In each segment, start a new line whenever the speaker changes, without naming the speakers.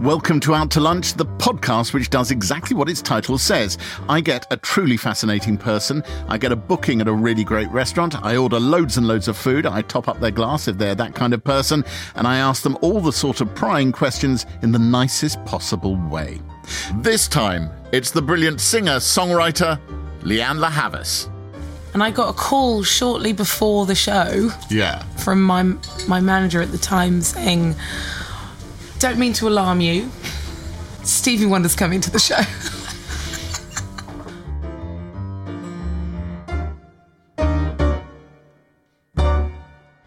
Welcome to Out to Lunch, the podcast which does exactly what its title says. I get a truly fascinating person. I get a booking at a really great restaurant. I order loads and loads of food. I top up their glass if they're that kind of person. And I ask them all the sort of prying questions in the nicest possible way. This time, it's the brilliant singer songwriter, Leanne LaHavis.
And I got a call shortly before the show
Yeah.
from my my manager at the time saying, "Don't mean to alarm you. Stevie Wonder's coming to the show."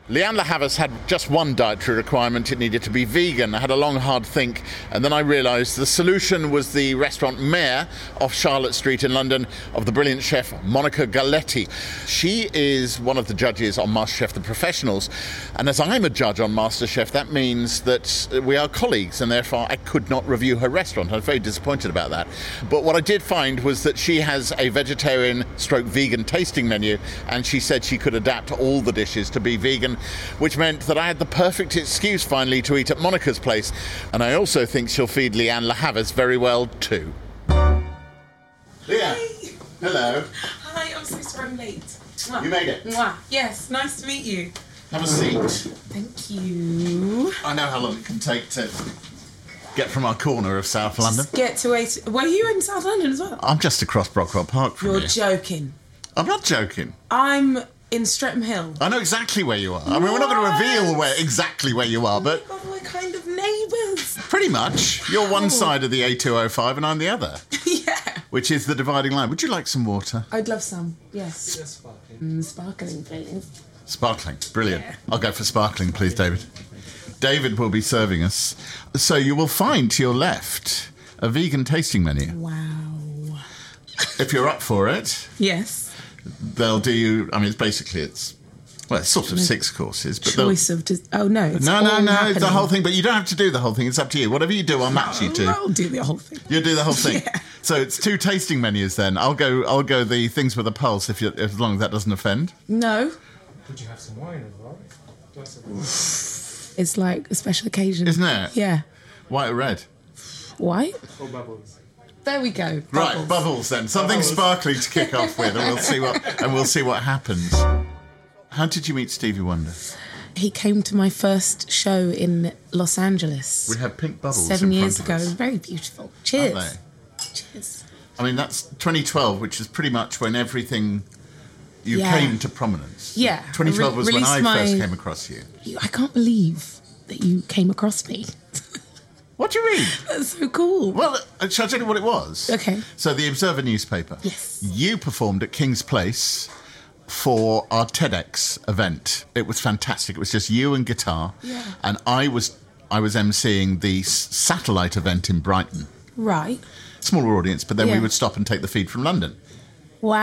Leanne LaHavis had just one dietary requirement. It needed to be vegan. I had a long, hard think, and then I realised the solution was the restaurant Mare off Charlotte Street in London of the brilliant chef Monica Galletti. She is one of the judges on MasterChef The Professionals, and as I'm a judge on MasterChef, that means that we are uh, colleagues, and therefore I could not review her restaurant. I was very disappointed about that. But what I did find was that she has a vegetarian stroke vegan tasting menu, and she said she could adapt all the dishes to be vegan, which meant that I had the perfect excuse finally to eat at Monica's place. And I also think she'll feed Leanne LaHavis very well too. Leanne, hello.
Hi, I'm so sorry I'm late. Mwah.
You made it.
Mwah. Yes, nice to meet you.
Have a seat.
Thank you.
I know how long it can take to get from our corner of South London.
Just get to eight. Were you in South London as well?
I'm just across Brockwell Park from
You're
you.
joking.
I'm not joking.
I'm in Streatham Hill.
I know exactly where you are. I mean, we're not going to reveal
What?
where exactly where you are, but
God, we're kind of neighbours.
pretty much you're one side of the A205 and I'm the other,
yeah.
which is the dividing line. Would you like some water?
I'd love some. Yes. Mm, sparkling, please.
Sparkling, brilliant. I'll go for sparkling, please, David. David will be serving us. So you will find to your left a vegan tasting menu.
Wow.
If you're up for it,
Yes.
they'll do you. I mean, it's basically it's well, it's sort of six courses, but they'll-
Choice of. Dis- oh no. It's
No, no,
all
no,
Happening.
the whole thing. But you don't have to do the whole thing. It's up to you. Whatever you do, I'll match you to.
I'll do the whole thing.
You do the whole thing.
Yeah.
So it's two tasting menus then. I'll go. I'll go the things with a pulse if you, as long as that doesn't offend.
No.
Would you have some wine as well? Glass of wine.
It's like a special occasion.
Isn't it?
Yeah.
White or red?
White.
Or bubbles.
There we go.
Right, bubbles then. Something sparkling to kick off with, and we'll see what and we'll see what happens. How did you meet Stevie Wonder?
He came to my first show in Los Angeles
We have pink bubbles
seven
in front
years
of
ago.
us,
Very beautiful.
aren't
Cheers.
they?
Cheers.
I mean, that's 2012, which is pretty much when everything you
Yeah.
came to prominence.
Yeah.
2012
Re-
was when
released
I
my-
first came across you.
You- I can't believe that you came across me.
What do you mean?
That's so cool.
Well, uh, shall I tell you what it was?
Okay.
So, the Observer newspaper.
Yes.
You performed at King's Place for our TEDx event. It was fantastic. It was just you and guitar.
Yeah.
And I was I was emceeing the s- satellite event in Brighton.
Right.
Smaller audience, but then we
Yeah.
would stop and take the feed from London.
Wow.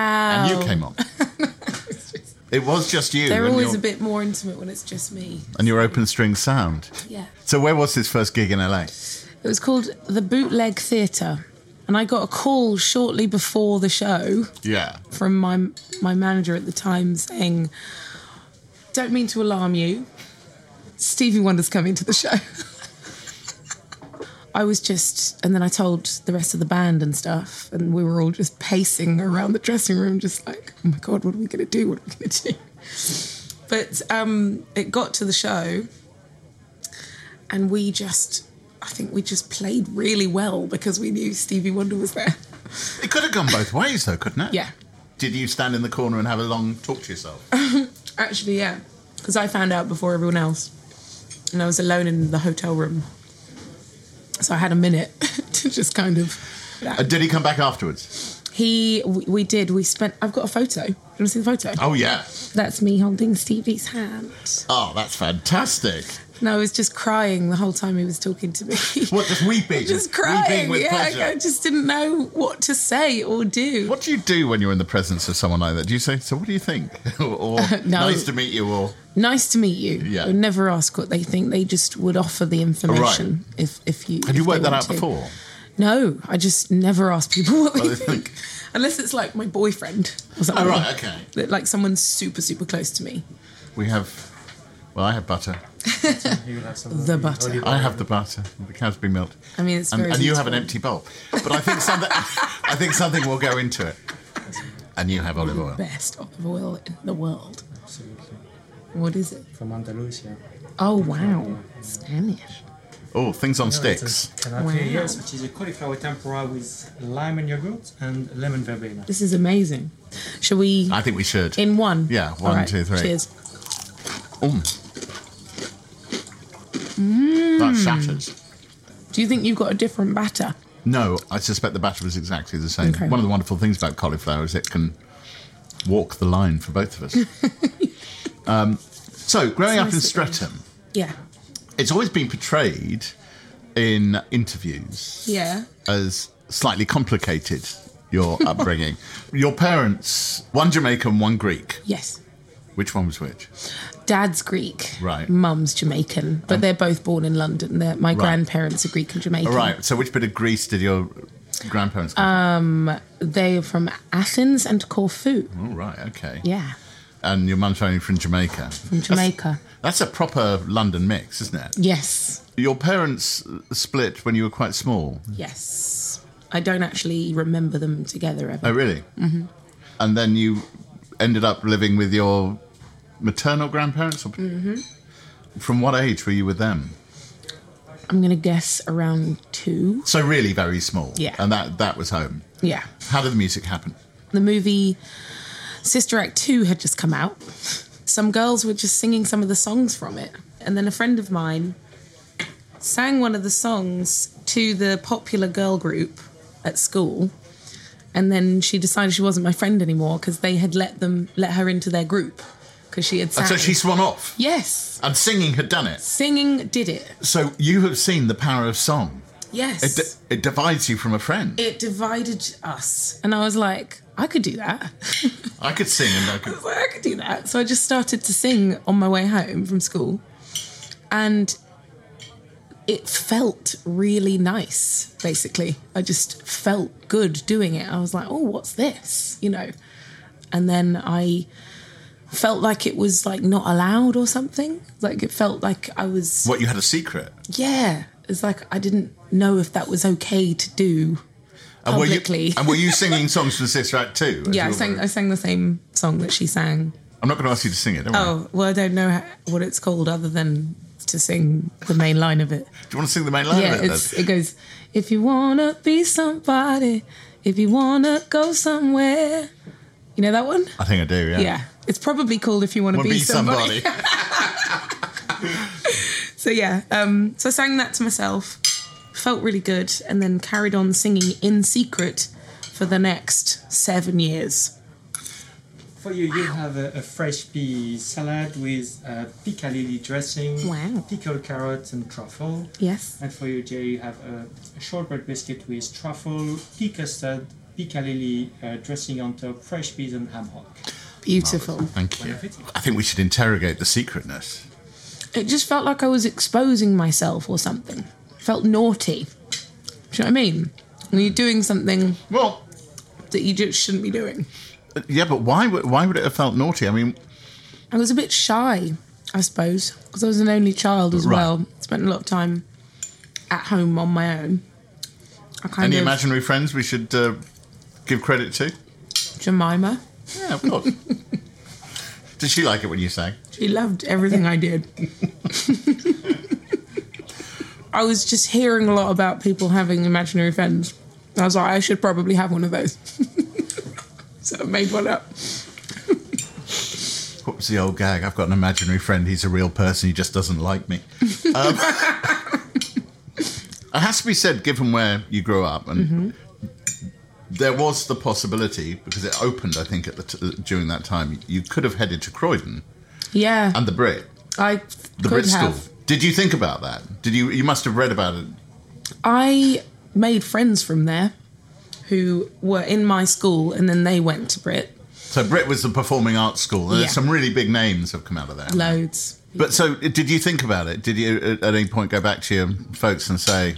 And you came on. it was just you.
They're
and
always
your-
a bit more intimate when it's just me.
and your open string sound.
Yeah.
So where was this first gig in LA?
It was called the Bootleg Theatre, and I got a call shortly before the show
Yeah.
from my my manager at the time saying, "Don't mean to alarm you, Stevie Wonder's coming to the show." I was just, and then I told the rest of the band and stuff, and we were all just pacing around the dressing room, just like, "Oh my god, what are we going to do? What are we going to do?" But um, it got to the show, and we just, I think we just played really well because we knew Stevie Wonder was there.
It could have gone both ways though, couldn't it?
Yeah.
Did you stand in the corner and have a long talk to yourself? Uh,
Actually, yeah, because I found out before everyone else, and I was alone in the hotel room, so I had a minute to just kind of.
Uh, did he come back afterwards?
He, we we did. We spent. I've got a photo. Do you want to see the photo?
Oh yeah.
That's me holding Stevie's hand.
Oh, that's fantastic.
And I was just crying the whole time he was talking to me.
What just weeping?
Just crying.
Weeping with
yeah,
pleasure.
I just didn't know what to say or do.
What do you do when you're in the presence of someone like that? Do you say, "So, what do you think?" or
No.
"Nice to meet you," or
Nice to meet you.
Yeah.
Would never ask what they think. They just would offer the information if if you.
"Had you
if they
worked that
want
out
to.
before?"
No, I just never ask people what they,
they
think.
think.
Unless it's like my boyfriend or something.
Oh right, okay.
That, Like someone super, super close to me.
We have Well, I have butter.
You have some
The
lovely
butter.
olive
I
oil.
have the butter, the Cadbury milk.
I mean, it's
and,
very
and you have an
useful.
empty bowl. But I think something, I think something will go into it. And you have olive oil.
best olive oil in the world.
Absolutely.
What is it?
From Andalusia.
Oh wow, Spanish.
Oh, things on
No, it's a
sticks.
canapé,
Wow.
Yes, which is a cauliflower tempura with lime and yogurt and lemon verbena.
This is amazing. Shall we
I think we should.
in one?
Yeah,
All
one, two, three.
Cheers.
That shatters.
Do you think you've got a different batter?
No, I suspect the batter is exactly the same.
Okay.
One of the wonderful things about cauliflower is it can walk the line for both of us. um, so, growing up in
It's nice that you-
Streatham,
Yeah.
it's always been portrayed in interviews
Yeah.
as slightly complicated, your upbringing. your parents, one Jamaican, one Greek.
Yes.
Which one was which?
Dad's Greek.
Right.
Mum's Jamaican, but they're both born in London. They're, my grandparents are Greek and Jamaican.
All right. So, which bit of Greece did your grandparents come
They are from Athens and Corfu.
from? All right. Okay.
Yeah.
And your mum's only from Jamaica.
From Jamaica.
That's a proper London mix, isn't it?
Yes.
Your parents split when you were quite small.
Yes. I don't actually remember them together ever.
Oh, really? Mm-hmm. And then you ended up living with your maternal grandparents? Or... Mm-hmm. From what age were you with them?
I'm going to guess around two.
So, really very small.
Yeah.
And that, that was home.
Yeah.
How did the music happen?
The movie Sister Act 2 had just come out. Some girls were just singing some of the songs from it. And then a friend of mine sang one of the songs to the popular girl group at school. And then she decided she wasn't my friend anymore because they had let them let her into their group because she had sang.
And Oh, so she swung off,
yes,
and singing had done it.
singing did it.
So, you have seen the power of song.
Yes,
It, d- it divides you from a friend.
it divided us. And I was like, I could do that.
I could sing and I could.
I was like, I could do that. So I just started to sing on my way home from school. And it felt really nice, basically. I just felt good doing it. I was like, oh, what's this? You know? And then I felt like it was like not allowed or something. Like it felt like I was,
What, you had a secret?
yeah. It's like I didn't know if that was okay to do.
And were you-
Publicly.
and were you singing songs from Sister Act too? as
Yeah, I
you
sang,
were?
I sang the same song that she sang.
I'm not going to ask you to sing it. Don't worry.
Oh, well, I don't know how, what it's called other than to sing the main line of it.
Do you want to sing the main line
yeah,
of it?
it's,
then?
it goes, if you want to be somebody, if you want to go somewhere. You know that one?
I think I do. Yeah.
Yeah. It's probably called If You Want to
Want
Be,
to be
Somebody.
somebody?
So, yeah. Um, so I sang that to myself, felt really good, and then carried on singing in secret for the next seven years.
For you, you have a, a fresh pea salad with uh, piccalilli dressing,
Wow.
pickled carrots, and truffle.
Yes.
And for you, Jerry, you have a, a shortbread biscuit with truffle, pea custard, piccalilli uh, dressing on top, fresh peas, and ham hock.
Beautiful.
Thank you.
Wonderful.
I think we should interrogate the secretness.
It just felt like I was exposing myself or something. Felt naughty. Do you know what I mean? When you're doing something
Well,
that you just shouldn't be doing.
yeah, but why? would Why would it have felt naughty? I mean,
I was a bit shy, I suppose, because I was an only child as
Right.
well. Spent a lot of time at home on my own. I kind
any
of
imaginary friends we should uh, give credit to?
Jemima.
Yeah, of course. Did she like it when you sang?
She loved everything I did. I was just hearing a lot about people having imaginary friends. I was like, I should probably have one of those. so I made one up.
What was the old gag? I've got an imaginary friend. He's a real person. He just doesn't like me. Um, it has to be said, given where you grew up, and
Mm-hmm.
there was the possibility because it opened, I think, at the t- during that time, you could have headed to Croydon
Yeah.
and the Brit,
I
Um, the
could
Brit
have.
School. Did you think about that? Did you? You must have read about it.
I made friends from there who were in my school and then they went to Brit.
So Brit was the performing arts school. There's
Yeah.
some really big names have come out of there.
Loads.
But so, did you think about it? Did you at any point go back to your folks and say,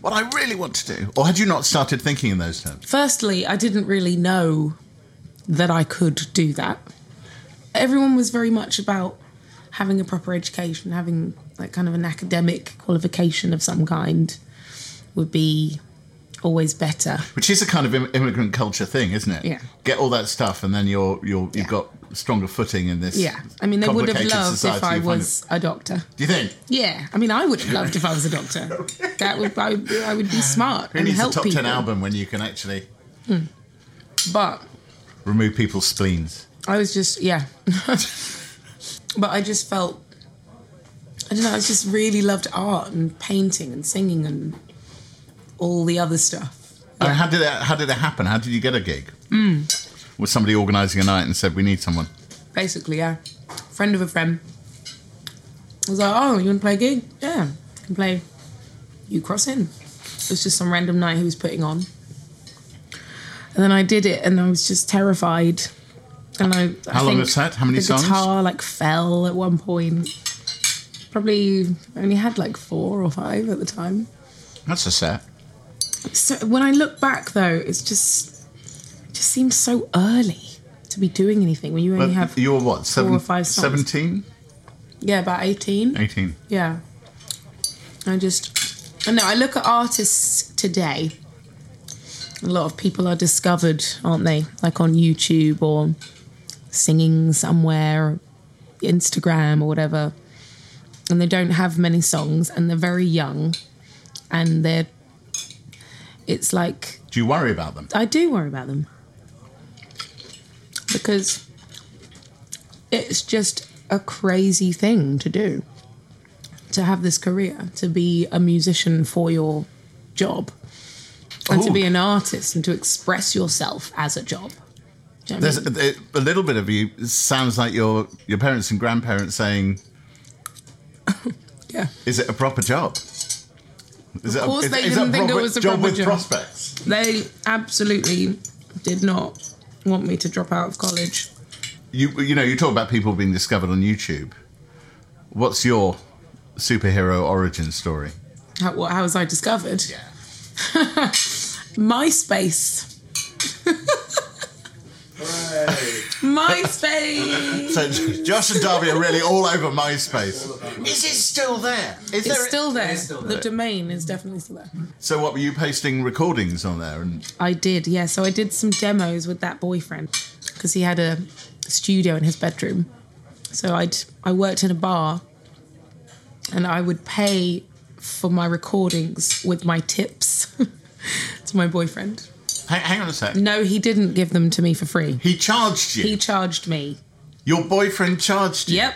"What I really want to do," or had you not started thinking in those terms?
Firstly, I didn't really know that I could do that. Everyone was very much about having a proper education, having like kind of an academic qualification of some kind would be always better.
Which is a kind of im- immigrant culture thing, isn't it?
Yeah.
Get all that stuff, and then you're you're you've
Yeah.
got stronger footing in this.
Yeah. I mean, they would have
complicated
loved
society
if I
you find
was a doctor.
it- Do you think?
Yeah. I mean, I would have loved if I was a doctor. That would I would, I would be smart
Who
and
needs a
help
top
people.
ten album when you can actually
But
remove people's spleens?
I was just yeah. but I just felt I don't know, I just really loved art and painting and singing and all the other stuff.
And how did that? How did it happen? How did you get a gig?
Hmm.
Was somebody organising a night and said we need someone?
Basically, yeah. Friend of a friend. I was like, Oh, you wanna play a gig? Yeah. You can play You Cross In. It was just some random night he was putting on. And then I did it and I was just terrified. And I, I
How long
think
was that? How many
the
songs?
guitar like fell at one point. Probably only had like four or five at the time.
That's a set.
So when I look back though, it's just it just seems so early to be doing anything when you only
But
have
you were what? Seven,
or five songs.
17?
yeah about eighteen.
18.
Yeah. I just, I know, I look at artists today. A lot of people are discovered, aren't they? Like on YouTube or singing somewhere, or Instagram or whatever. And they don't have many songs and they're very young. And they're, it's like,
Do you worry about them?
I do worry about them because it's just a crazy thing to do to have this career, to be a musician for your job, and to
Ooh.
be an artist and to express yourself as a job. Do you know what I
There's
mean?
a, a little bit of you it sounds like your your parents and grandparents saying,
yeah.
"Is it a proper job? Is it
course
is-
they
is it
didn't think it
proper
was a
job
proper
with
job.
prospects."
They absolutely did not want me to drop out of college.
You you know you talk about people being discovered on YouTube. What's your superhero origin story?
How, what, how was I discovered?
Yeah.
MySpace. MySpace.
So Josh and Darby are really all over MySpace. Is it still there? Is
It's still there.
it's still
the
there.
domain is definitely still there.
So what were you posting recordings on there? And
I did, yeah. So I did some demos with that boyfriend because he had a studio in his bedroom. So I'd I worked in a bar, and I would pay for my recordings with my tips to my boyfriend.
hang, hang on a sec.
No, he didn't give them to me for free.
He charged you.
He charged me.
Your boyfriend charged you.
Yep.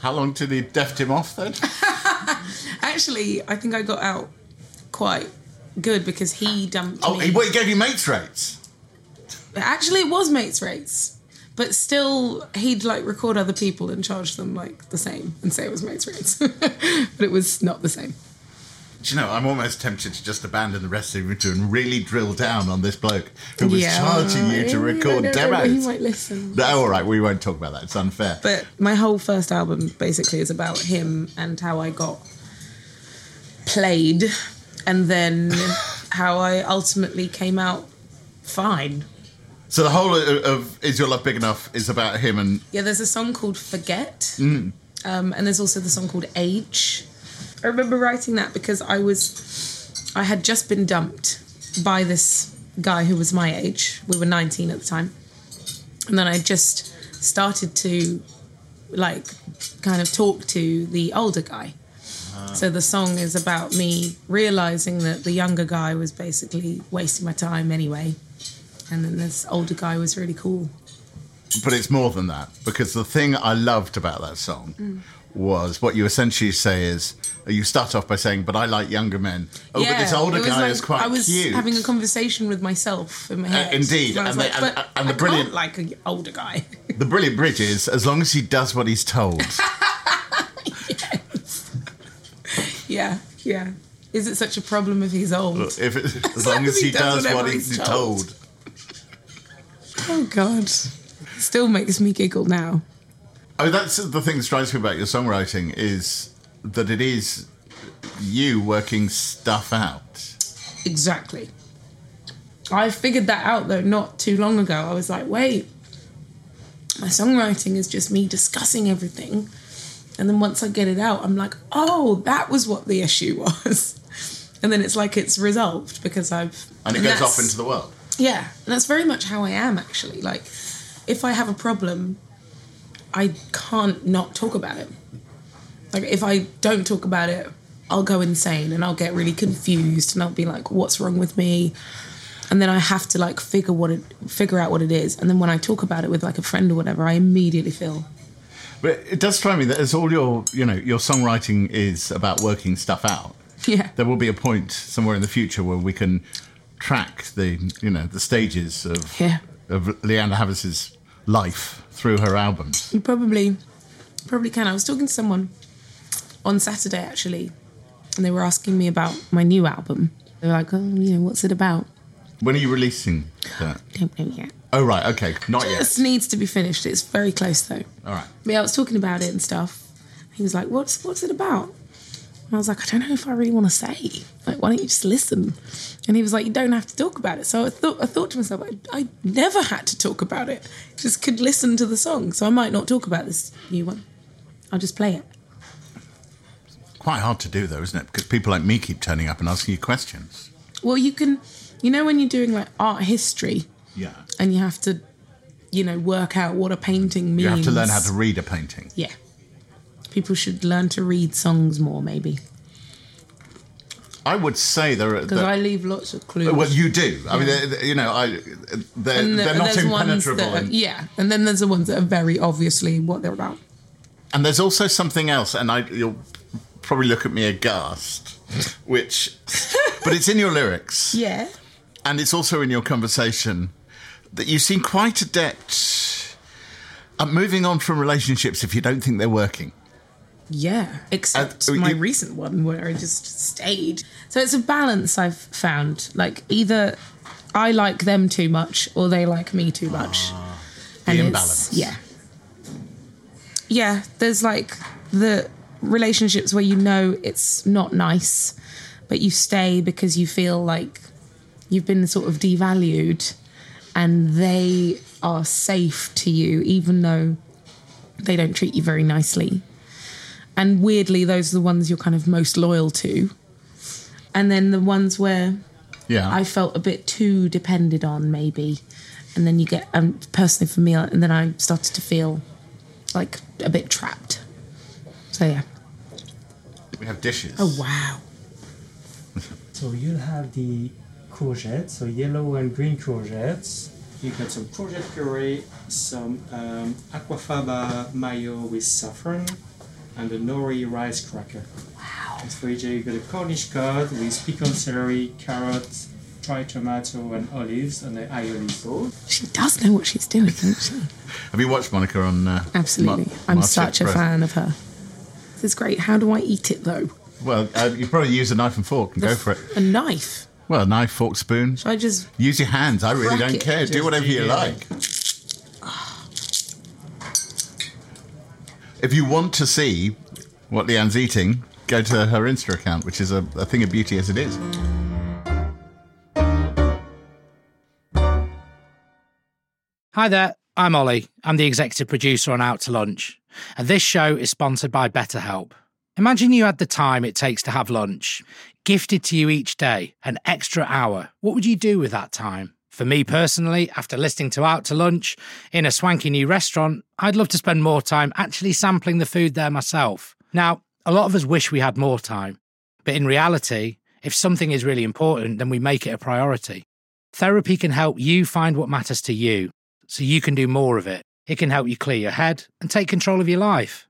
How long did he deft him off then?
Actually, I think I got out quite good because he dumped
Oh,
me.
he, well, he gave you mates rates.
Actually, it was mates rates, but still, he'd like record other people and charge them like the same and say it was mates rates, but it was not the same.
Do you know, I'm almost tempted to just abandon the rest of you two and really drill down on this bloke who was charging you to record
He
demos.
might listen.
No, all right, we won't talk about that. It's unfair.
But my whole first album basically is about him and how I got played, and then how I ultimately came out fine.
so the whole of, of Is Your Love Big Enough is about him and
Yeah, there's a song called Forget, um, and there's also the song called Age. I remember writing that because I was, I had just been dumped by this guy who was my age. We were 19 at the time, and then I just started to, like, kind of talk to the older guy. So the song is about me realizing that the younger guy was basically wasting my time anyway, and then this older guy was really cool.
but it's more than that because the thing I loved about that song
Mm.
was what you essentially say is you start off by saying, "But I like younger men." Oh, but this older
it was
guy
like
is quite
I was
cute. Uh,
having a conversation with myself in my head.
indeed,
I was
and they- and-
"But
and the
I
brilliant-
can't like an older guy.
the brilliant bridge is as long as he does what he's told.
yeah, yeah. Is it such a problem if he's old?
if it, as long as he, does, what
whatever
he's,
he's
told.
told. Oh God, still makes me giggle now.
I mean, that's the thing that strikes me about your songwriting is that it is you working stuff out.
Exactly. I figured that out though not too long ago. I was like, wait, my songwriting is just me discussing everything. And then once I get it out, I'm like, oh, that was what the issue was. And then it's like it's resolved because I've.
And it goes
that's-
off into the world.
Yeah. And that's very much how I am, actually. Like, if I have a problem, I can't not talk about it. Like, if I don't talk about it, I'll go insane and I'll get really confused and I'll be like, what's wrong with me? And then I have to like figure what it figure out what it is. And then when I talk about it with like a friend or whatever, I immediately feel
But it does strike me that as all your, you know, your songwriting is about working stuff out.
yeah.
There will be a point somewhere in the future where we can track the, you know, the stages of
Yeah.
of Leander Havis's life through her albums.
You probably probably can. I was talking to someone on Saturday actually, and they were asking me about my new album. They were like, "Oh, you know, what's it about?"
When are you releasing that?
Don't know yet.
Oh right, okay, not yet.
This needs to be finished. It's very close though.
All right.
But yeah, I was talking about it and stuff. He was like, "What's what's it about?" And I was like, "I don't know if I really want to say. Like, why don't you just listen?" And he was like, "You don't have to talk about it." So I thought I thought to myself, I, I never had to talk about it. Just could listen to the song. So I might not talk about this new one. I'll just play it.
Quite hard to do though, isn't it? Because people like me keep turning up and asking you questions.
Well, you can, you know, when you're doing like art history
Yeah.
and you have to, you know, work out what a painting means.
You have to learn how to read a painting.
Yeah. People should learn to read songs more, maybe.
I would say there are.
Because
there-
I leave lots of clues.
well, you do. I mean,
Yeah.
they're- they're- you know, I they're,
And the-
they're not
there's ones
impenetrable.
that are-
and-
yeah, and then there's the ones that are very obviously what they're about. e-,
And there's also something else, and I, you'll probably look at me aghast, which, but it's in your lyrics,
Yeah.
and it's also in your conversation that you seem quite adept at moving on from relationships if you don't think they're working.
Yeah, except
Uh,
my
you-
recent one where I just stayed. So it's a balance I've found. Like either I like them too much or they like me too much. and it's-
imbalance.
Yeah. Yeah, there's like the relationships where you know it's not nice, but you stay because you feel like you've been sort of devalued and they are safe to you, even though they don't treat you very nicely. And weirdly, those are the ones you're kind of most loyal to. And then the ones where
Yeah,
I felt a bit too depended on, maybe. And then you get, um, personally for me, and then I started to feel like a bit trapped. So yeah.
we have dishes.
Oh wow.
So you'll have the courgettes, so yellow and green courgettes. You've got some courgette puree, some um, aquafaba mayo with saffron, and a nori rice cracker. Wow. And for each day, you've got a Cornish cod with pickled celery, carrots, dried tomato, and olives, and an aioli sauce.
She does know what she's doing, doesn't she?
Have you watched Monica on? Uh,
Absolutely.
Mar-
I'm
Marchef
such a
Pro?
fan of her. This is great. How do I eat it though?
Well, uh, you probably use a knife and fork and go for it.
A knife.
Well, knife, fork, spoon.
Do I just
Use your hands. I really
Crack
don't
it.
care. Do
Just
whatever you
do it.
like. If you want to see what Leanne's eating, go to her Insta account, which is a, a thing of beauty as it is.
Hi there, I'm Ollie. I'm the executive producer on Out to Lunch, and this show is sponsored by BetterHelp. Imagine you had the time it takes to have lunch, gifted to you each day, an extra hour. What would you do with that time? For me personally, after listening to Out to Lunch in a swanky new restaurant, I'd love to spend more time actually sampling the food there myself. Now, a lot of us wish we had more time, but in reality, if something is really important, then we make it a priority. Therapy can help you find what matters to you so you can do more of it. It can help you clear your head and take control of your life.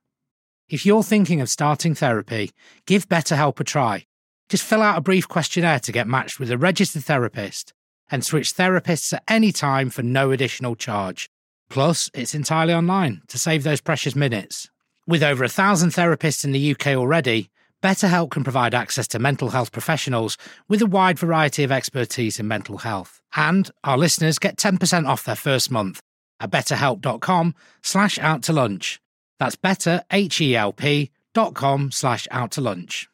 If you're thinking of starting therapy, give BetterHelp a try. Just fill out a brief questionnaire to get matched with a registered therapist and switch therapists at any time for no additional charge. Plus, it's entirely online to save those precious minutes. With over a thousand therapists in the UK already, BetterHelp can provide access to mental health professionals with a wide variety of expertise in mental health. And our listeners get 10% off their first month at betterhelp.com slash out to lunch. That's better, H-E-L-P dot com slash out to lunch.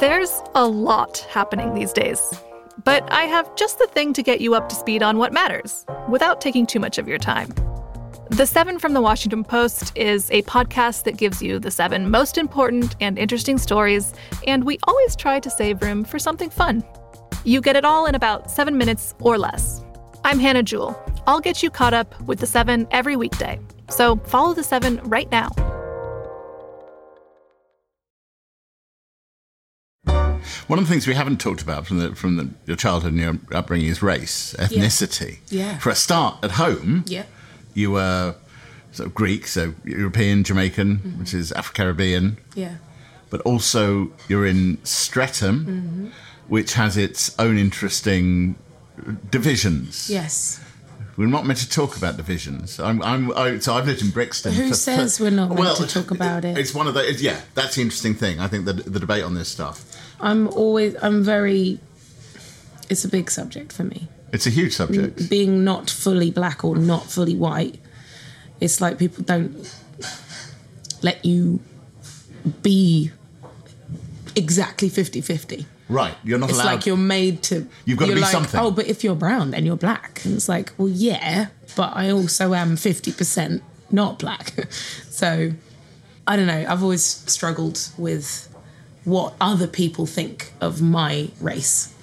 There's a lot happening these days. but I have just the thing to get you up to speed on what matters without taking too much of your time. The Seven from the Washington Post is a podcast that gives you the seven most important and interesting stories, and we always try to save room for something fun. You get it all in about seven minutes or less. I'm Hannah Jewell. I'll get you caught up with the seven every weekday. So follow the seven right now.
One of the things we haven't talked about from the, from the, your childhood and your upbringing is race, ethnicity.
Yeah.
For a start, at home,
Yeah.
you were sort of Greek, so European, Jamaican,
Mm-hmm.
which is Afro Caribbean,
Yeah.
but also you're in Streatham,
Mm-hmm.
which has its own interesting divisions.
Yes.
We're not meant to talk about divisions. I'm, I'm, I, so I've lived in Brixton.
Who
for-
says we're not meant to talk about it?
It's one of those. Yeah, that's the interesting thing. I think the, the debate on this stuff.
I'm always, I'm very, it's a big subject for me.
It's a huge subject.
Being not fully black or not fully white, it's like people don't let you be exactly 50 50.
Right, you're not
It's
allowed.
like you're made to.
You've gotta
you're
be
like,
something.
Oh, but if you're brown, then you're black. And it's like, well, yeah, but I also am fifty percent not black. so, I don't know. I've always struggled with what other people think of my race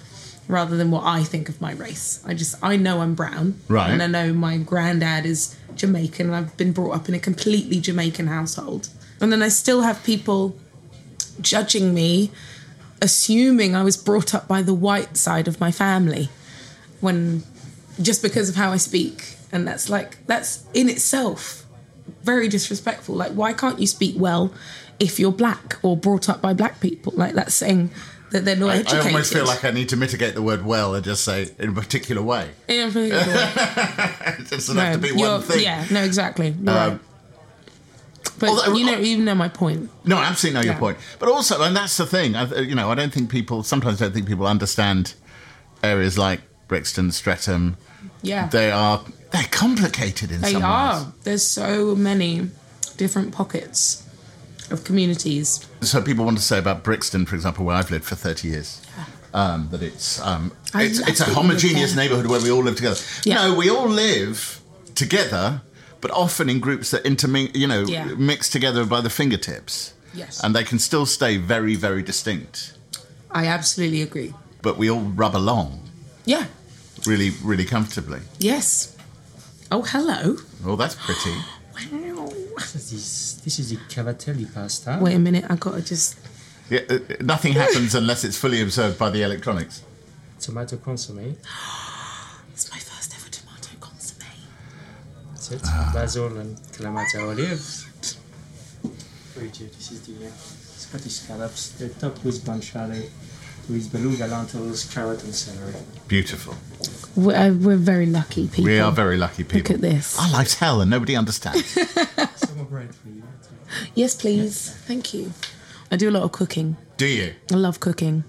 rather than what I think of my race. I just I know I'm brown,
Right.
And I know my granddad is Jamaican, and I've been brought up in a completely Jamaican household. And then I still have people judging me, assuming I was brought up by the white side of my family, when just because of how I speak, and that's like that's in itself very disrespectful. Like, why can't you speak well if you're black or brought up by black people? Like, that's saying that they're not
I, I
educated.
almost feel like I need to mitigate the word well and just say in a particular way.
Yeah, I'm pretty good.
It doesn't have to be
You're-
one thing. Um,
Yeah, no, exactly. You're right. But
although- uh,
you know, even know my point.
No, I absolutely know your
Yeah.
point. But also, and that's the thing. I, you know, I don't think people sometimes don't think people understand areas like Brixton, Streatham.
Yeah,
They are they're complicated in
They
some
are. There's so many different pockets of communities.
ways. So people want to say about Brixton, for example, where I've lived for thirty years. Um, that it's um,
I
it's,
love
it's a
that you live
homogeneous
there.
neighbourhood where we all live together.
Yeah.
No, we all live together, but often in groups that interming, you know,
Yeah.
mixed together by the fingertips.
Yes.
and they can still stay very, very distinct.
I absolutely agree.
But we all rub along
Yeah.
really, really comfortably.
Yes. Oh, hello.
Oh, that's pretty.
Wow.
This is, this is the cavatelli pasta.
Wait a minute. I gotta just.
Yeah, uh, nothing happens unless it's fully observed by the electronics.
Tomato consomme.
It's my first ever tomato consomme.
That's it. Basil and Kalamata olives. Very good. This is the uh, Scottish scallops. They're topped with guanciale, with beluga lentils, carrot, and celery.
Beautiful.
We're, uh, we're very lucky people.
We are very lucky people.
Look at this.
Our life's hell and nobody understands.
Some are bread for you.
Yes, please. Thank you. I do a lot of cooking.
Do you?
I love cooking.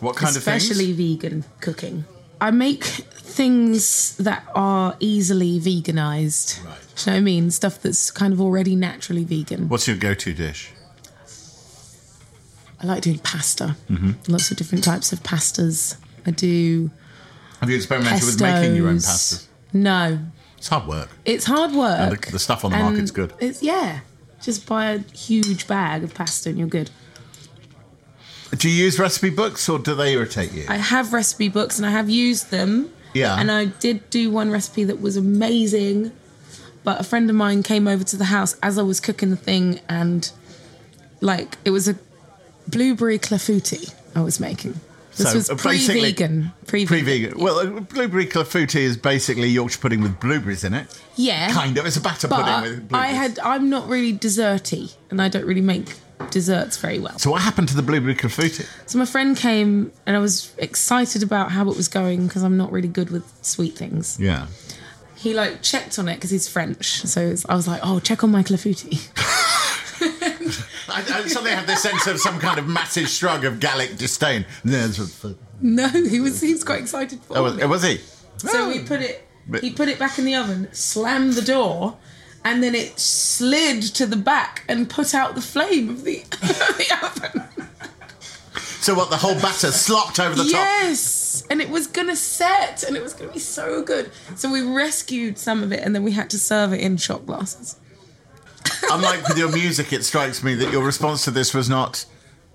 What kind of
especially
things?
vegan cooking. I make things that are easily veganized.
Right.
Do you know what I mean? Stuff that's kind of already naturally vegan.
What's your go-to dish?
I like doing pasta.
Mm-hmm.
Lots of different types of pastas. I do
Have you experimented
pestos.
with making your own pastas?
No,
It's hard work.
it's hard work.
And the, the stuff on the
and
market's good.
It's yeah. Just buy a huge bag of pasta and you're good.
Do you use recipe books or do they irritate you?
I have recipe books and I have used them.
Yeah.
And I did do one recipe that was amazing, but a friend of mine came over to the house as I was cooking the thing and like it was a blueberry clafouti I was making. This
So,
was
uh, basically-
pre-vegan. Pre-vegan.
Pre-vegan. Well, uh, blueberry clafouti is basically Yorkshire pudding with blueberries in it.
yeah.
Kind of. It's a batter pudding with
But I
blueberries.
had I'm not really desserty and I don't really make desserts very well.
So what happened to the blueberry clafouti?
So my friend came and I was excited about how it was going because I'm not really good with sweet things.
Yeah.
he like checked on it because he's French. So it's, I was like, oh, check on my clafouti.
I, I suddenly have this sense of some kind of massive shrug of Gallic disdain. No, it's-
no, he was he was quite excited for
Oh, was,
me.
was he?
So he put it he put it back in the oven, slammed the door, and then it slid to the back and put out the flame of the, of the oven.
So what? The whole batter slopped over the top.
yes. and it was gonna set, and it was gonna be so good. So we rescued some of it, and then we had to serve it in shot glasses.
Unlike with your music, it strikes me that your response to this was not,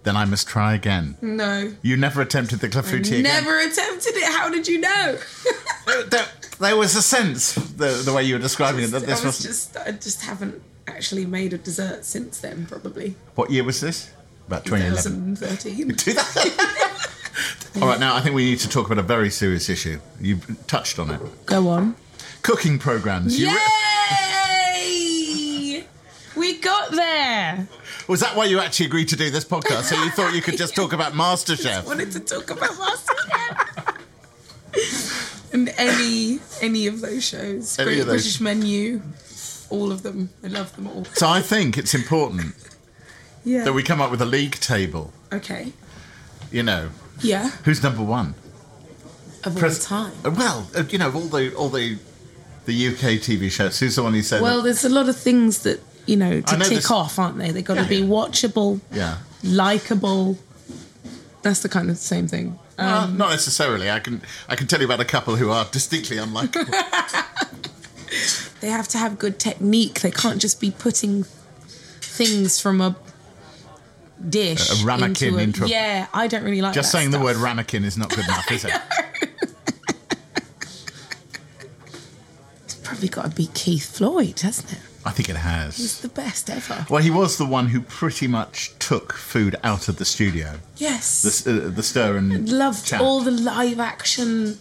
then I must try again.
No,
You never attempted the clafouti again.
never attempted it. How did you know?
There, there- there was a sense, the, the way you were describing it, that this
I was
was.
just, I just haven't actually made a dessert since then. Probably
What year was this? About 2011.
2013.
All right, now I think we need to talk about a very serious issue. You touched on it.
Go on.
Cooking programs. You re-
Yay! We got there.
was that why you actually agreed to do this podcast? So you thought you could just talk about MasterChef?
Wanted to talk about Masterchef and any any of those shows.
Any
Great
of those.
British Menu, all of them. I love them all.
So I think it's important
Yeah.
that we come up with a league table.
okay.
You know,
Yeah.
who's number one?
Of all
Pres-
time.
Uh, Well, uh, you know, all the all the the UK TV shows. Who's the one you said?
Well, there's a lot of things that you know
I
to
know
tick
this-
off, aren't they? They got to
Yeah.
be watchable,
yeah.
likable. That's the kind of same thing.
Well,
um,
not necessarily. I can I can tell you about a couple who are distinctly unlikable.
They have to have good technique. They can't just be putting things from a dish
A ramekin into a-
yeah. I don't really like
Just
that
saying the
stuff.
word ramekin is not good enough, is it?
It's probably got to be Keith Floyd, hasn't it?
I think it has.
It's the best ever.
Well, he was the one who pretty much took food out of the studio.
Yes.
The, s- uh, the stir and
Loved
chat.
all the live action.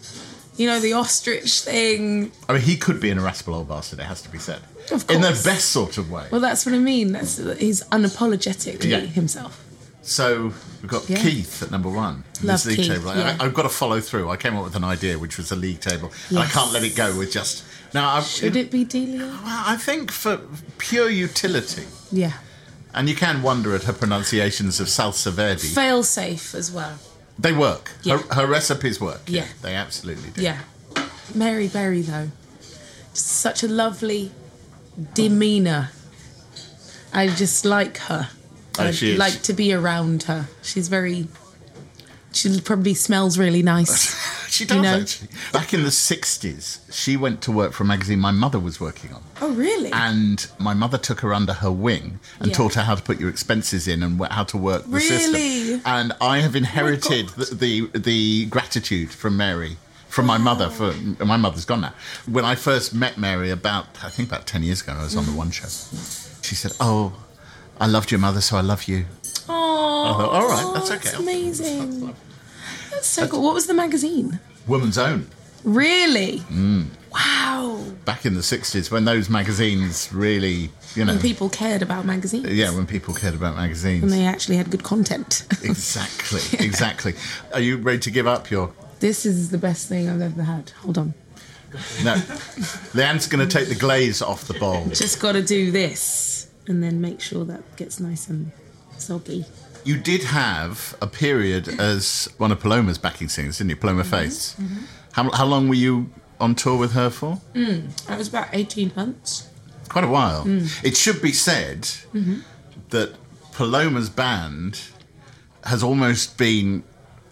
You know the ostrich thing.
I mean, he could be an irascible old bastard. It has to be said,
Of
in the
course.
best sort of way.
Well, that's what I mean. That's he's unapologetically
Yeah.
himself.
So we've got
Yeah.
Keith at number one. in
Love
this league
Keith,
table. I-
yeah.
I, have got to follow through. I came up with an idea, which was a league table, and I
Yes.
can't let it go with just now. I,
Should it be Delia?
Well, I think for pure utility,
Yeah.
and you can wonder at her pronunciations of salsa verde.
Fail safe as well.
they work.
Yeah.
Her, her recipes work.
Yeah.
they absolutely do.
Yeah. Mary Berry though. Just such a lovely demeanour. I just like her.
Oh,
I'd
she is.
like to be around her. She's very she probably smells really nice.
She does
You know?
actually. Back in the sixties, she went to work for a magazine my mother was working on,
oh really?
and my mother took her under her wing and
Yeah.
taught her how to put your expenses in and wh- how to work the
Really? Oh
system. And I have inherited the, the the gratitude from Mary. From my mother, for my mother's gone now. When I first met Mary, about I think about ten years ago, I was on
Mm.
the One Show. She said, "Oh, I loved your mother, so I love you."
oh,
thought, Uh-huh. all right, that's okay.
That's amazing. That's so cool. What was the magazine?
Woman's Own.
Really?
Hmm.
Wow.
Back in the '60s, when those magazines really, you know,
When people cared about magazines.
yeah, when people cared about magazines.
And they actually had good content.
Exactly, exactly. Are you ready to give up your?
this is the best thing I've ever had. Hold on.
No, Leanne's going to take the glaze off the bowl.
Just got to do this and then make sure that gets nice and soggy.
You did have a period as one of Paloma's backing singers, didn't you? Paloma Faiths. How, how long were you on tour with her for?
That was about 18 months.
Quite a while. It should be said that Paloma's band has almost been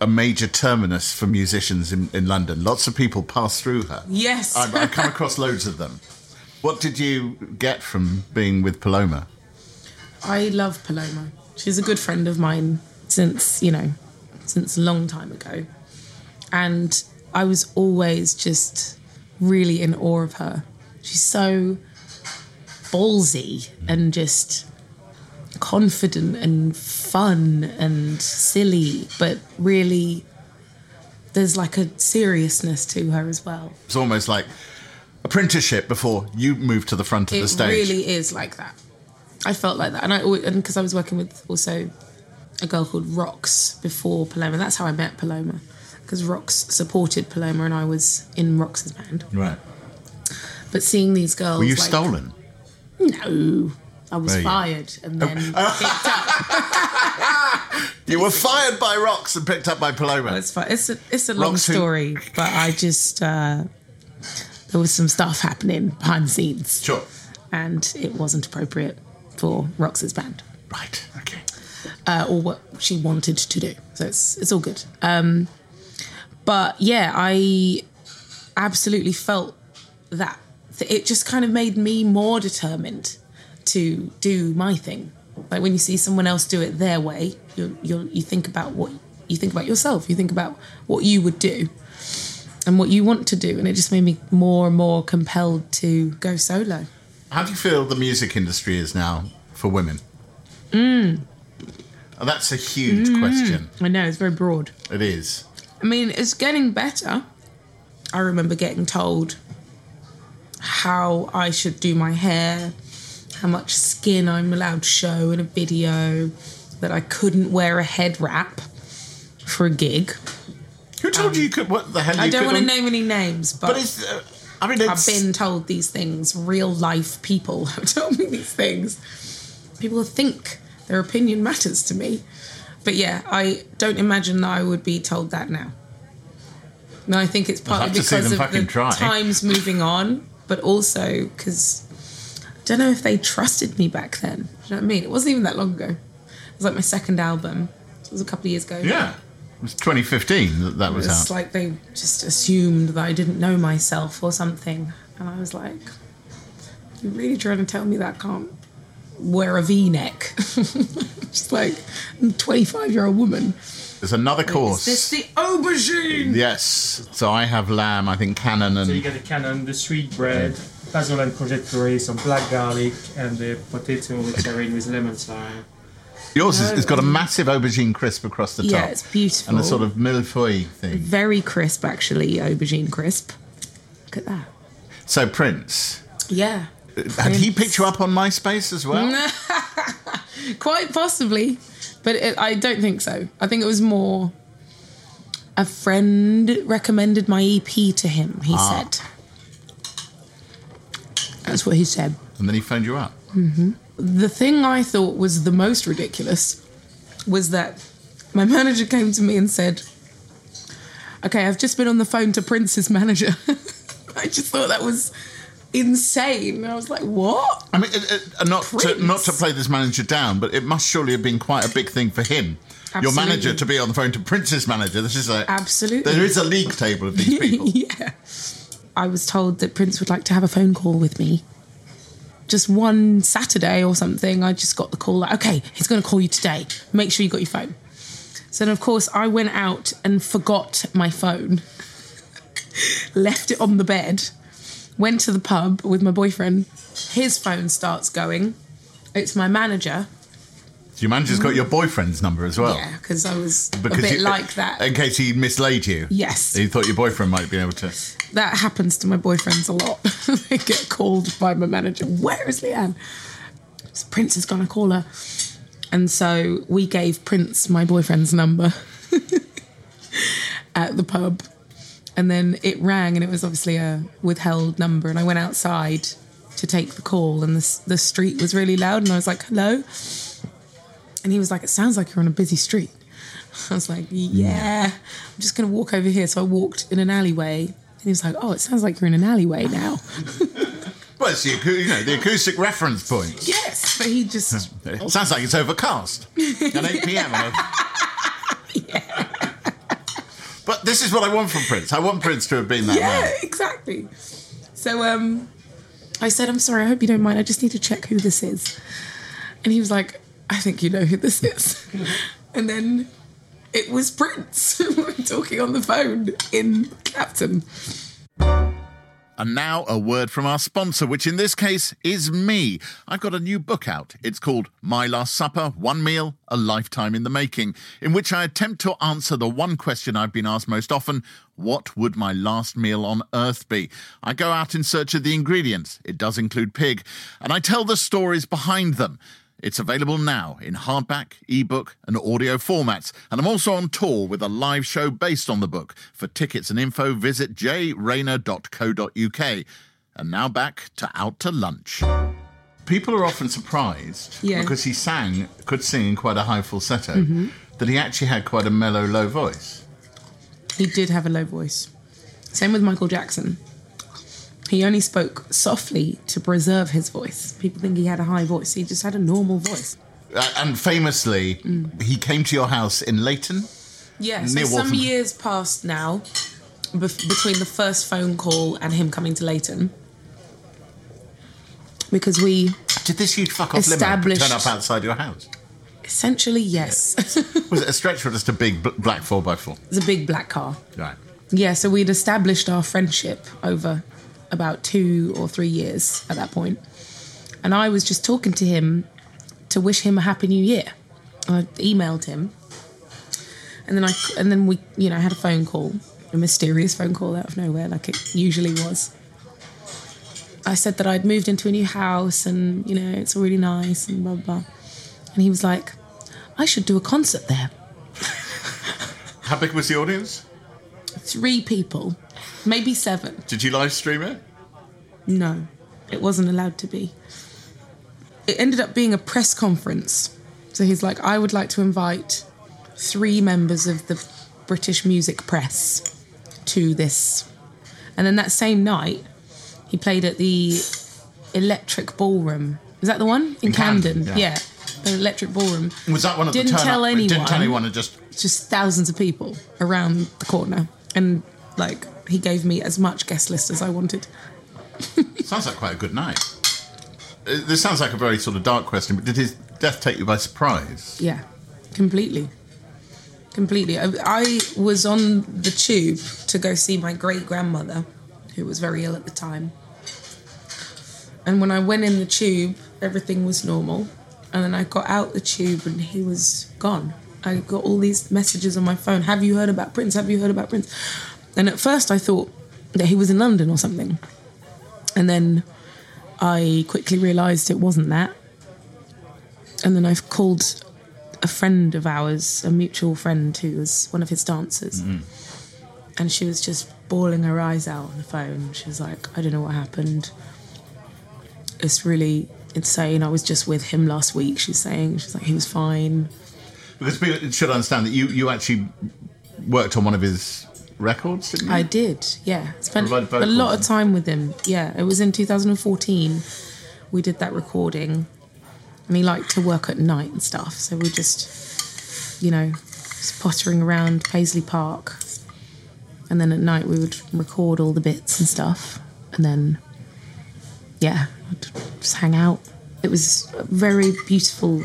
a major terminus for musicians in, in London. Lots of people pass through her.
Yes.
I've, I've come across loads of them. What did you get from being with Paloma?
I love Paloma. She's a good friend of mine since, you know, since a long time ago. And I was always just really in awe of her. She's so ballsy and just confident and fun and silly, but really there's like a seriousness to her as well.
It's almost like apprenticeship before you moved to the front of the
It
stage.
really is like that. I felt like that, and I always, and because I was working with also a girl called Rox before Paloma. That's how I met Paloma, because Rox supported Paloma, and I was in Rox's band.
right.
But seeing these girls,
Were you
like-
stolen?
No, I was
Were you? Oh, uh,
fired, and then picked up.
You were fired by rocks and picked up by Paloma.
It's fi- It's a it's a long
Rox who-
story, but I just uh, there was some stuff happening behind the scenes,
Sure.
and it wasn't appropriate for Rox's band.
Right. Okay.
uh, or what she wanted to do. So it's it's all good. Um, But yeah, I absolutely felt that it just kind of made me more determined to do my thing. Like when you see someone else do it their way, you you you think about what you think about yourself. You think about what you would do and what you want to do, and it just made me more and more compelled to go solo.
How do you feel the music industry is now for women? Mm. That's a huge question.
I know it's very broad.
It is.
I mean, it's getting better. I remember getting told how I should do my hair, how much skin I'm allowed to show in a video, that I couldn't wear a head wrap for a gig.
Who told you you could? What the hell?
Um, I
you
don't
could-
want to name any names, but,
But it's. Uh, I mean,
I've
it's.
been told these things. Real life people have told me these things. People think their opinion matters to me. But yeah, I don't imagine that I would be told that now. And I think it's partly
have to see
because
them
of the
fucking try.
times moving on, but also because I don't know if they trusted me back then. Do you know what I mean? It wasn't even that long ago. It was like my second album. It was a couple of years ago.
yeah. It was 2015 that that was out.
It's like they just assumed that I didn't know myself or something. And I was like, you really trying to tell me that I can't wear a v neck? just like, I'm a 25 year old woman.
There's another
Is
course.
this the aubergine?
yes. So I have lamb, I think cannon, and
So you get the canon, the sweet bread, basil and courgette puree, some black garlic, and the potato marinated with lemon thyme.
yours is, it's got a massive aubergine crisp across the top.
Yeah, it's beautiful.
And a sort of millefeuille thing.
Very crisp, actually, aubergine crisp. Look at that.
So Prince.
Yeah.
Had he
Prince.
picked you up on MySpace as well?
Quite possibly, but it, I don't think so. I think it was more a friend recommended my EP to him, he said. That's what he said.
And then he phoned you up.
The thing I thought was the most ridiculous was that my manager came to me and said, Okay, I've just been on the phone to Prince's manager. I just thought that was insane. I was like, What?
I mean, it, it, uh, not to,
Prince.
not to play this manager down, but it must surely have been quite a big thing for him. Your
Absolutely.
manager to be on the phone to Prince's manager. This is a
Absolutely.
There is a league table of these people.
yeah. I was told that Prince would like to have a phone call with me. Just one Saturday or something, I just got the call like, okay, he's going to call you today. Make sure you got your phone. So then, of course, I went out and forgot my phone, left it on the bed, went to the pub with my boyfriend. His phone starts going. It's my manager.
Your manager's got your boyfriend's number as well.
Yeah, because I was
Oh. Because
a bit
you-
like that.
In case he mislaid you.
Yes.
He thought your boyfriend might be able to.
that happens to my boyfriends a lot. they get called by my manager. Where is Leanne? So Prince is gonna call her. And so we gave Prince my boyfriend's number at the pub. And then it rang, and it was obviously a withheld number. And I went outside to take the call, and the, s- the street was really loud. And I was like, hello. And he was like, it sounds like you're on a busy street. I was like, yeah, I'm just going to walk over here. So I walked in an alleyway. And he was like, oh, it sounds like you're in an alleyway now.
Well, it's the, acou- you know, the acoustic reference point.
yes. But he just,
It sounds like it's overcast at 8 p.m. on a- But this is what I want from Prince. I want Prince to have been that
yeah,
way.
exactly. So um, I said, I'm sorry, I hope you don't mind. I just need to check who this is. And he was like, I think you know who this is. and then it was Prince we were talking on the phone in Captain.
And now a word from our sponsor, which in this case is me. I've got a new book out. It's called My Last Supper One Meal, A Lifetime in the Making, in which I attempt to answer the one question I've been asked most often What would my last meal on earth be? I go out in search of the ingredients. It does include pig. And I tell the stories behind them. It's available now in hardback, ebook, and audio formats. And I'm also on tour with a live show based on the book. For tickets and info, visit jrayner.co.uk. And now back to Out to Lunch. People are often surprised
Yeah. Mm-hmm.
because he sang, could sing in quite a high falsetto, that he actually had quite a mellow, low voice.
He did have a low voice. Same with Michael Jackson. He only spoke softly to preserve his voice. People think he had a high voice. He just had a normal voice. Mm.
Uh, and famously, he came to your house in Leighton
Yes,
Near
some
Waltham.
years passed now bef- between the first phone call and him coming to Leighton. Because we
Did this huge fuck off limo
Established-
turn up outside your house?
essentially, yes,
Was it a stretcher or just a big bl- black 4x4?
it's a big black car.
Right.
Yeah, so we'd established our friendship over about two or three years at that point. And I was just talking to him to wish him a happy new year. I emailed him. And then I and then we, you know, had a phone call, a mysterious phone call out of nowhere like it usually was. I said that I'd moved into a new house and, you know, it's really nice and blah blah. blah. And he was like, "I should do a concert there."
How big was the audience?
Three people, maybe seven.
Did you live stream it?
No, it wasn't allowed to be. It ended up being a press conference. So he's like, I would like to invite three members of the British music press to this. And then that same night, he played at the Electric Ballroom. Is that the one? In,
In Camden,
Camden.
yeah.
yeah. The Electric Ballroom.
Was that one of
Didn't
the turn
tell
up?
anyone
Didn't tell anyone and just
just thousands of people around the corner. And like, he gave me as much guest list as I wanted.
Sounds like quite a good night. Uh, This sounds like a very sort of dark question, but did his death take you by surprise?
Yeah, completely. Completely. I, I was on the tube to go see my great grandmother, who was very ill at the time. And when I went in the tube, everything was normal. And then I got out the tube and he was gone. I got all these messages on my phone Have you heard about Prince? Have you heard about Prince? And at first I thought that he was in London or something. And then I quickly realised it wasn't that. And then I've called a friend of ours, a mutual friend who was one of his dancers. And she was just bawling her eyes out on the phone. She was like, I don't know what happened. It's really insane. I was just with him last week, she's saying. She's like, he was fine.
Because people should understand that you, you actually worked on one of his records, didn't you?
I did, yeah. Spent
Provide
a lot of
vocals.
time with him. Yeah, it was in 2014. We did that recording, and he liked to work at night and stuff. So we just, you know, just pottering around Paisley Park, and then at night we would record all the bits and stuff, and then, yeah, I'd just hang out. It was a very beautiful,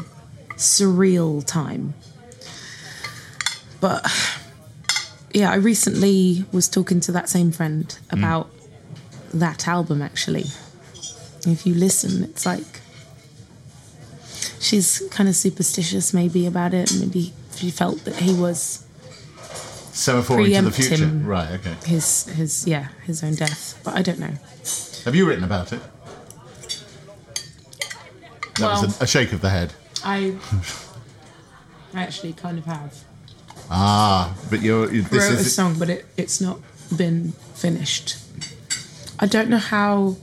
surreal time. But yeah, I recently was talking to that same friend about that album actually. If you listen, it's like she's kind of superstitious maybe about it. Maybe she felt that he was
Semaphore into the
Preempt
future.
him.
Right, okay.
his his yeah, his own death. But I don't know.
Have you written about it? That was
Well-
a, a shake of the head.
I actually kind of have
Ah, but you're. you- This
wrote a
is,
song, but it, it's not been finished. I don't know how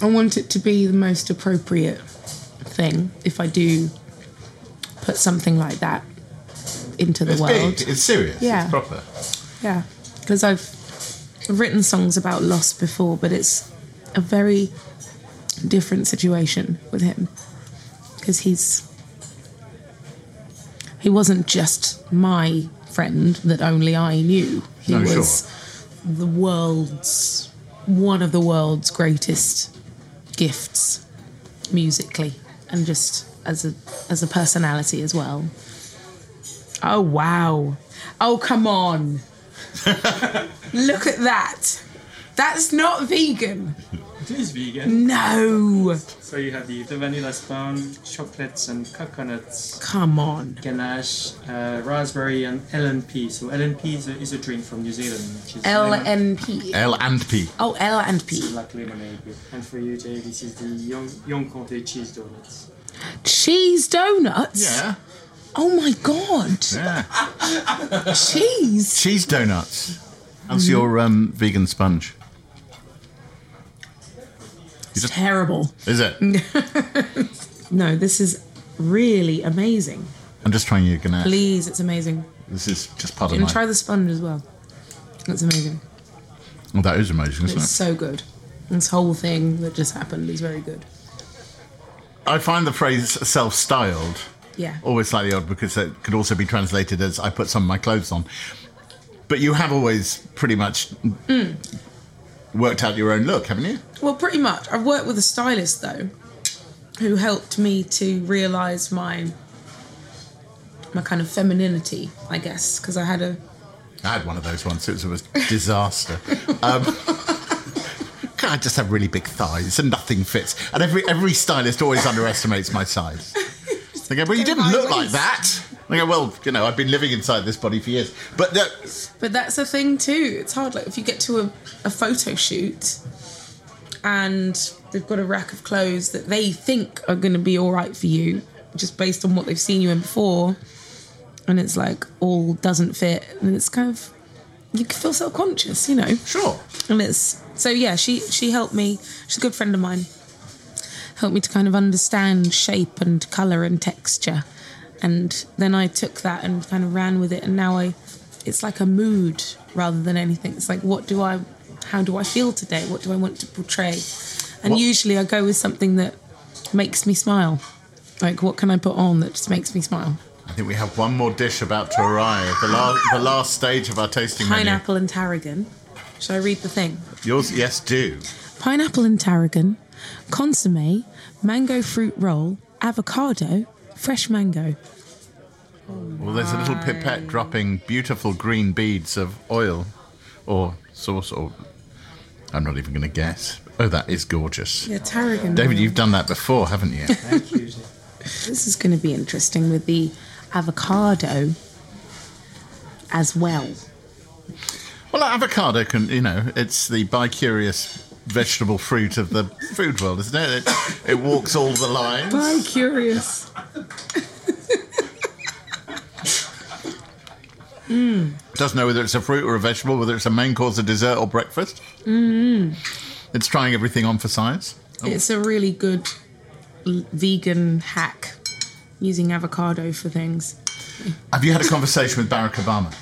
I want it to be the most appropriate thing if I do put something like that into the
it's
world.
big. It's serious.
Yeah.
It's proper.
Yeah, because I've written songs about loss before, but it's a very different situation with him because he's he wasn't just my friend that only I knew. He
No, sure.
was the world's one of the world's greatest gifts musically and just as a as a personality as well. Oh wow. Oh come on. Look at that. That's not vegan.
It is vegan.
No.
So you have the, the vanilla spawn, chocolates and coconuts,
Come on.
ganache, uh, raspberry and LNP. So LNP is a, is a drink from New Zealand. Which is
L
lemon-
and P.
L and P.
Oh, L and P.
Black lemonade. And for you, Jay, this is the Young, Young Conte cheese donuts.
Cheese donuts.
Yeah.
Oh my god.
Yeah.
Cheese.
Cheese donuts.
Mm.
How's your um, vegan sponge?
It's terrible.
Is it?
No, this is really amazing.
I'm just trying your ganache.
Please, it's amazing.
This is just part of
And
my.
try the sponge as well. It's amazing.
Well, that is amazing, isn't
It's
it?
so good. This whole thing that just happened is very good.
I find the phrase self styled
Yeah.
Always slightly odd because it could also be translated as I put some of my clothes on. But you have always pretty much
Mm.
worked out your own look, haven't you?
Well, pretty much. I've worked with a stylist though, who helped me to realise my my kind of femininity, I guess, because I had a
I had one of those once. It was, it was a disaster. um, I just have really big thighs and nothing fits. And every every stylist always underestimates my size. They go, well, you didn't
High
look like
waist."
that. I go, well, you know, I've been living inside this body for years. But no,
But that's the thing too. It's hard. Like if you get to a, a photo shoot and they've got a rack of clothes that they think are going to be all right for you, just based on what they've seen you in before, and it's like all doesn't fit, and it's kind of you can feel self conscious, you know.
sure.
And it's so yeah. She she helped me. She's a good friend of mine. Helped me to kind of understand shape and color and texture, and then I took that and kind of ran with it. And now I, it's like a mood rather than anything. It's like what do I, how do I feel today? What do I want to portray? And
What-
usually I go with something that makes me smile. Like what can I put on that just makes me smile?
I think we have one more dish about to arrive. The, la- the last stage of our tasting
Pineapple and tarragon. Should I read the thing?
menu. Yours, yes, do.
pineapple and tarragon, consomme, mango fruit roll, avocado, fresh mango.
Well, there's a little pipette dropping beautiful green beads of oil or sauce or. I'm not even going to guess. Oh, that is gorgeous.
Yeah, tarragon.
David, you've done that before, haven't you?
Thank you.
This is going to be interesting with the avocado as well.
well, avocado can, you know, it's the bicurious vegetable fruit of the food world, isn't it? It, it walks all the lines.
I'm curious.
doesn't know whether it's a fruit or a vegetable, whether it's a main course, a dessert, or breakfast. Mm.
Mm-hmm.
It's trying everything on for size.
It's a really good l- vegan hack using avocado for things.
Have you had a conversation with Barack Obama?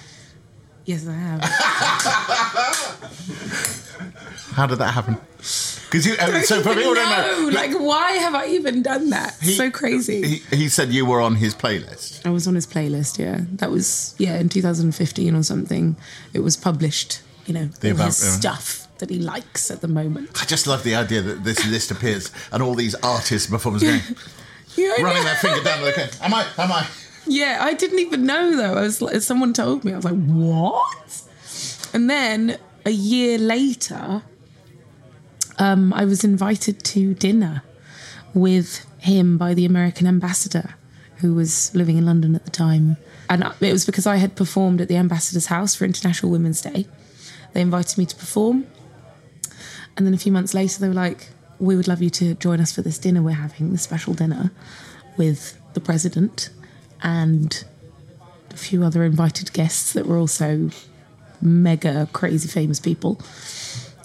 Yes, I have.
How did that happen? Because you, uh, so for
Even
people who
know,
don't know,
like, why have I even done that? so crazy.
He, he said you were on his playlist.
I was on his playlist, yeah. That was, yeah, in 2015 or something. It was published, you know, all
about-
his
yeah.
stuff that he likes at the moment.
I just love the idea that this list appears and all these artists and performers going,
Yeah, I
running
know.
their finger down the okay. Am I? Am I?
Yeah, I didn't even know though. I was like, someone told me. I was like, what? And then a year later, um, I was invited to dinner with him by the American ambassador, who was living in London at the time. And I- it was because I had performed at the ambassador's house for International Women's Day. They invited me to perform, and then a few months later, they were like, "We would love you to join us for this dinner we're having, this special dinner with the president." and a few other invited guests that were also mega crazy famous people.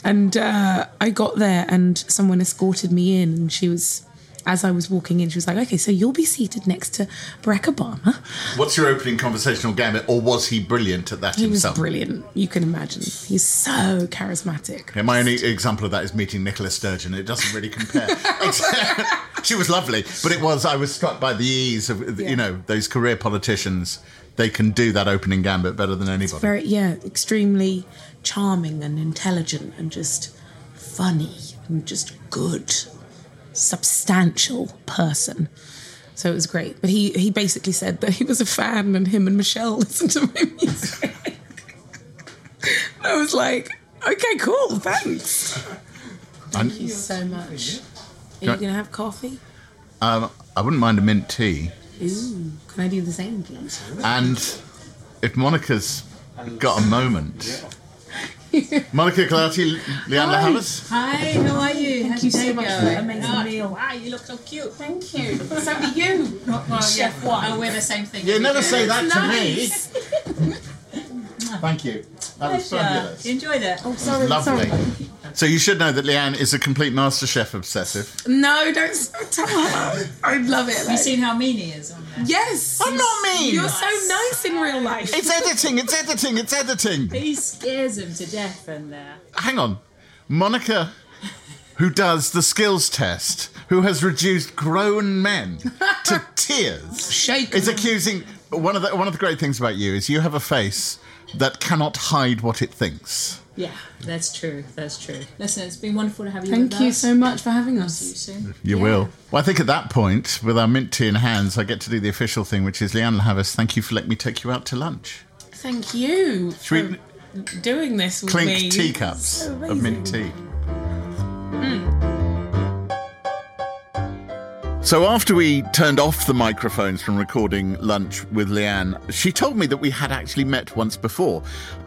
And uh, I got there, and someone escorted me in, and she was. As I was walking in, she was like, "Okay, so you'll be seated next to Barack Obama."
What's your opening conversational gambit? Or was he brilliant at that
He was
himself?
brilliant. You can imagine. He's so charismatic.
Yeah, my only example of that is meeting Nicola Sturgeon. It doesn't really compare. she was lovely, but it was I was struck by the ease of
Yeah.
you know those career politicians. They can do that opening gambit better than anybody.
Very, yeah, extremely charming and intelligent, and just funny and just good, substantial person. So it was great. But he he basically said that he was a fan, and him and Michelle listened to my music. I was like, okay, cool, thanks. Thank you so much. Are you gonna have coffee?
um, I wouldn't mind a mint tea.
Ooh, can I do the same, please?
And if Monica's got a moment, Monica Galati, Leander Havas.
Hi, how are you? Thank you so much for that amazing meal. Wow, you look so cute. Thank you. So do you.
Chef what? I wear the same thing.
You never say that to
nice.
me. Thank you. That was fabulous.
You enjoyed it?
Oh, sorry,
Lovely. So you should know that Leanne is a complete MasterChef obsessive.
No, don't s- tell her. I love it.
Have you seen how mean he is on there?
yes.
I'm not mean.
You're so nice in real life.
It's editing, it's editing, it's editing.
He scares him to death in there.
Hang on. Monica, who does the skills test, who has reduced grown men to tears,
Shaken.
is accusing. One of the one of the great things about you is you have a face that cannot hide what it thinks.
Yeah, that's true. That's true. Listen, it's been wonderful to have you
Thank
with
you
us.
so much for having us.
See you soon.
You will. Well, I think at that point, with our mint tea in hands, I get to do the official thing, which is Leanne Lavis, thank you for letting me take you out to lunch.
Thank you
Should we
for doing this with me.
clink teacups of mint tea? So after we turned off the microphones from recording lunch with Leanne, she told me that we had actually met once before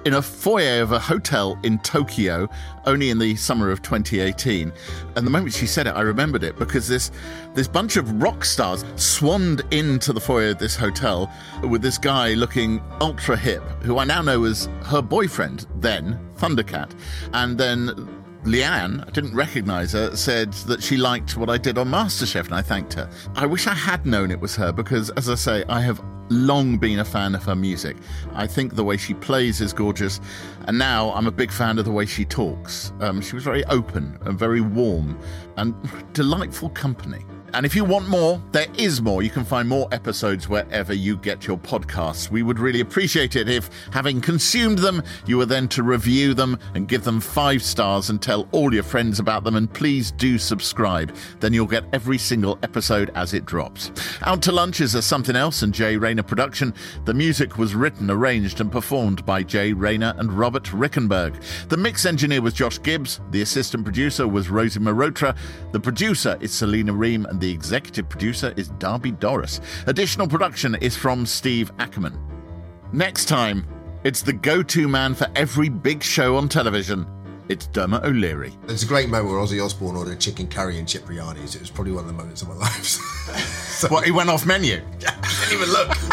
in a foyer of a hotel in Tokyo, only in the summer of 2018. And the moment she said it, I remembered it because this this bunch of rock stars swanned into the foyer of this hotel with this guy looking ultra hip, who I now know as her boyfriend then, Thundercat, and then Leanne, I didn't recognise her, said that she liked what I did on MasterChef and I thanked her. I wish I had known it was her because, as I say, I have long been a fan of her music. I think the way she plays is gorgeous, and now I'm a big fan of the way she talks. Um, she was very open and very warm and delightful company. And if you want more, there is more. You can find more episodes wherever you get your podcasts. We would really appreciate it if, having consumed them, you were then to review them and give them five stars and tell all your friends about them. And please do subscribe. Then you'll get every single episode as it drops. Out to Lunch is a Something Else and Jay Rayner production. The music was written, arranged, and performed by Jay Rayner and Robert Rickenberg. The mix engineer was Josh Gibbs. The assistant producer was Rosie Marotra. The producer is Selena Ream, and the executive producer is Darby Doris. Additional production is from Steve Ackerman. Next time, it's the go to man for every big show on television. It's Dermot O'Leary.
There's a great moment where Ozzy Osbourne ordered chicken curry and chip biryanis. It was probably one of the moments of my life. so
Well, he went off menu.
I didn't even look.